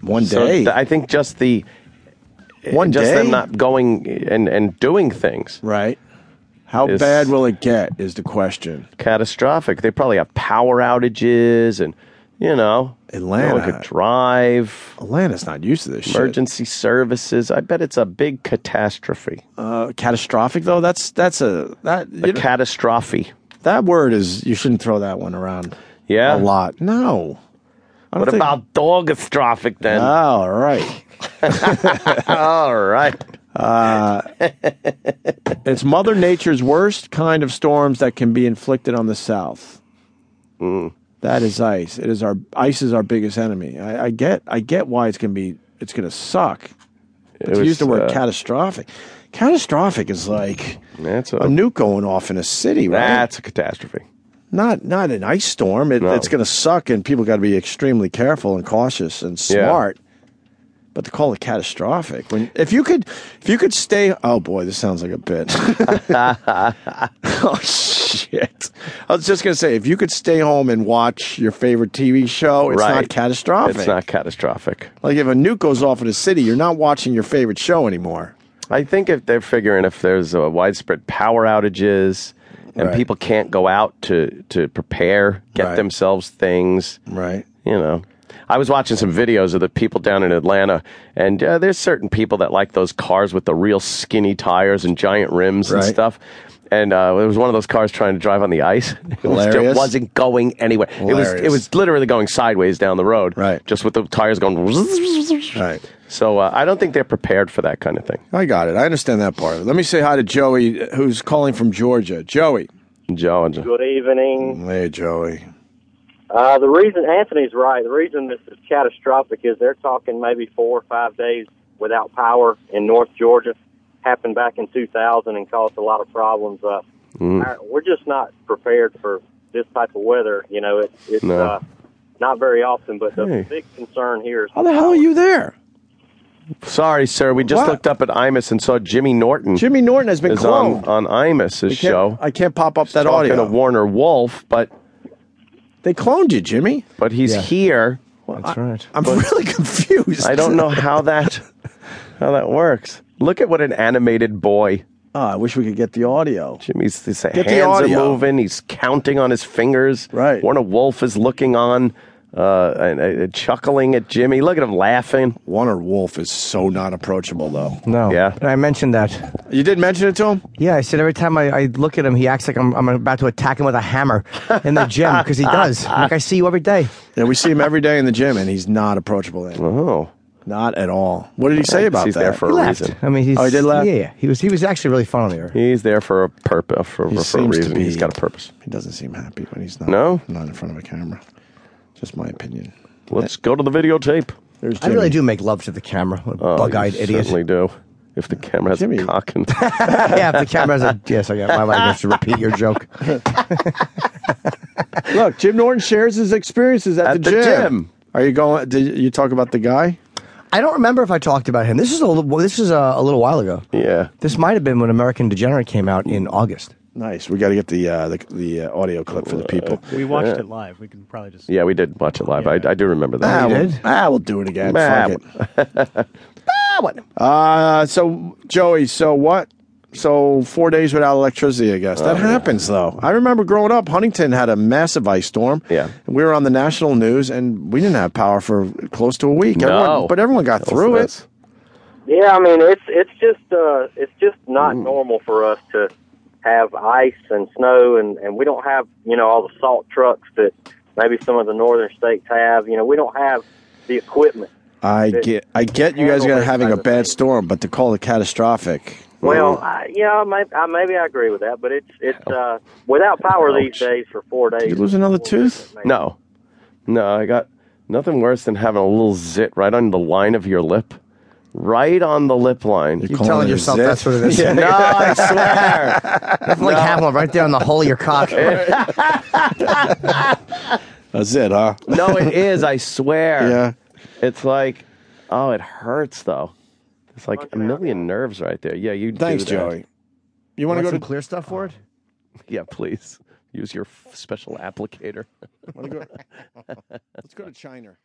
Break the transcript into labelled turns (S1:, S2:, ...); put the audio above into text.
S1: One
S2: So
S1: day.
S2: th- I think just the eh,
S1: One
S2: just
S1: day.
S2: them not going and and doing things
S1: right. How
S2: Is-
S1: bad will it get is the question.
S2: catastrophic. They probably have power outages and you know no
S1: Atlanta.
S2: one could drive.
S1: Atlanta's not used to this shit.
S2: Emergency services. I bet it's a big catastrophe.
S1: Uh, catastrophic though. That's that's a that you
S2: A
S1: know,
S2: catastrophe.
S1: that word is you shouldn't throw that one around. a
S2: Yeah.
S1: lot. No. I don't
S2: What
S1: think- Ah,
S2: about dogastrophic then?
S1: All right.
S2: All right.
S1: It's Mother Nature's worst kind of storms that can be inflicted on the South.
S2: Mm.
S1: That is ice. It is our ice is our biggest enemy. I, I get I get why it's gonna be it's gonna suck. But
S2: It
S1: to
S2: was,
S1: use the word
S2: uh,
S1: catastrophic. Catastrophic is like
S2: That's
S1: a
S2: a,
S1: nuke going off in a city, right?
S2: that's a catastrophe.
S1: not not an ice storm. It,
S2: No.
S1: It's going to suck, and people got to be extremely careful and cautious and
S2: Yeah.
S1: smart. But to call it catastrophic, when if you could, if you could stay. Oh boy, this sounds like a bit. oh shit! I was just going to say, if you could stay home and watch your favorite TV show, it's
S2: Right.
S1: not catastrophic.
S2: It's not catastrophic.
S1: Like if a nuke goes off in a city, you're not watching your favorite show anymore.
S2: I think if they're figuring if there's uh, widespread power outages and
S1: Right.
S2: people can't go out to to prepare, get
S1: Right.
S2: themselves things,
S1: Right.
S2: you know. I was watching some videos of the people down in Atlanta, and uh, there's certain people that like those cars with the real skinny tires and giant rims and
S1: Right.
S2: stuff. And uh, there was one of those cars trying to drive on the ice. It was-
S1: Hilarious.
S2: It wasn't going anywhere. It was it
S1: Hilarious.
S2: was literally going sideways down the road,
S1: Right.
S2: Just with the tires going.
S1: Right.
S2: So uh, I don't think they're prepared for that kind of thing.
S1: I got it. I understand that part. of it. Let me say hi to Joey, who's calling from Georgia. Joey.
S2: Georgia.
S3: Good evening.
S1: Hey, Joey.
S3: Uh, the reason Anthony's right, the reason this is catastrophic is they're talking maybe four or five days without power in North Georgia. Happened back in 2000 and caused a lot of problems. Uh,
S2: Mm.
S3: our- We're just not prepared for this type of weather. You know, it, it's
S2: No.
S3: uh, not very often, but the
S2: Hey.
S3: big concern here is
S1: How the hell are you there?
S2: Sorry, sir. We just
S1: What?
S2: looked up at Imus and saw Jimmy Norton
S1: Jimmy Norton has been
S2: is
S1: cloned.
S2: on on Imus's
S1: I can't-
S2: show.
S1: I can't pop up that
S2: talking to
S1: audio.
S2: Warner Wolf, but
S1: They cloned you, Jimmy.
S2: but he's
S1: Yeah.
S2: here. That's
S1: I-
S2: right.
S1: I'm really confused.
S2: I don't know how that how that works. Look at what an animated boy.
S1: Oh, I wish we could get the audio.
S2: Jimmy's his
S1: the
S2: hands are
S1: audio.
S2: moving. He's counting on his fingers.
S1: Right.
S2: Warner Wolf is looking on, uh, and, uh, chuckling at Jimmy. Look at him laughing.
S1: Warner Wolf is so not approachable, though.
S4: No.
S2: Yeah.
S4: And I mentioned that.
S1: You did mention it to him?
S4: Yeah, I said every time I, I look at him, he acts like I'm, I'm about to attack him with a hammer in the gym because he does. Like I see you every day.
S1: Yeah, we see him every day in the gym, and he's not approachable. Then.
S2: Oh,
S1: Not at all. What did he say about
S2: he's
S1: that?
S2: there for
S4: He
S2: a
S4: left.
S2: reason.
S4: I mean, he's,
S1: Oh, he did laugh?
S4: Yeah, yeah. He was he was actually really fun on the air.
S2: He's there for a purpose. For,
S1: He
S2: for a
S1: seems to
S2: reason.
S1: be-
S2: He's got a purpose.
S1: He doesn't seem happy when he's not.
S2: No?
S1: not in front of a camera. Just my opinion.
S2: Let's go to the videotape.
S1: There's
S4: I
S1: Jimmy.
S4: really do make love to the camera, bug-eyed
S2: Oh, you
S4: idiot.
S2: Certainly do. If the camera has
S1: Jimmy.
S2: a cock and
S4: yeah, if the camera has a yes, I got my wife has to repeat your joke.
S1: Look, Jim Norton shares his experiences at,
S2: At the gym.
S1: Are you going? Did you talk about the guy?
S4: I don't remember if I talked about him. This is a little, well, this is a, a little while ago.
S2: yeah,
S4: This might have been when American Degenerate came out in August.
S1: Nice. We got to get the uh, the, the uh, audio clip for the people.
S5: We watched it live. We can probably just.
S2: yeah, we did watch it live. I, I do remember
S1: Ah,
S2: that.
S1: we'll,
S4: did?
S1: ah, we'll do it again.
S2: Ah,
S1: Fuck it. uh, so Joey, so what? So four days without electricity, I guess
S2: Uh,
S1: that happens though. I remember growing up, Huntington had a massive ice storm.
S2: Yeah.
S1: we were on the national news, and we didn't have power for close to a week.
S2: No.
S1: Everyone- but everyone got through it.
S2: That's-
S3: Yeah, I mean it's it's just uh, it's just not normal for us to have ice and snow, and and we don't have you know all the salt trucks that maybe some of the northern states have. You know, we don't have the equipment.
S1: I get, I get you guys are gonna
S3: handle that
S1: having
S3: kind
S1: a
S3: of
S1: bad
S3: thing.
S1: storm, but to call it catastrophic,
S3: Well, I, yeah, maybe I, maybe I agree with that, but it's it's uh, without power these days for four days.
S1: you lose another tooth?
S2: No, no, I got nothing worse than having a little zit right on the line of your lip, right on the lip line.
S4: You're
S1: Calling
S4: telling
S1: it a
S4: yourself
S1: zit?
S4: that's what it is.
S2: no, I swear.
S4: Nothing like having one right there on the hole of your cock.
S1: that's it, huh?
S2: No, it is. I swear.
S1: Yeah.
S2: It's like, oh, it hurts though. It's like a million nerves right there. Yeah, you. do
S1: Thanks,
S2: that.
S1: Joey. You want to
S4: Want
S1: go to
S4: some clear stuff for it?
S2: Yeah, please use your f- special applicator.
S1: Wanna go- Let's go to China.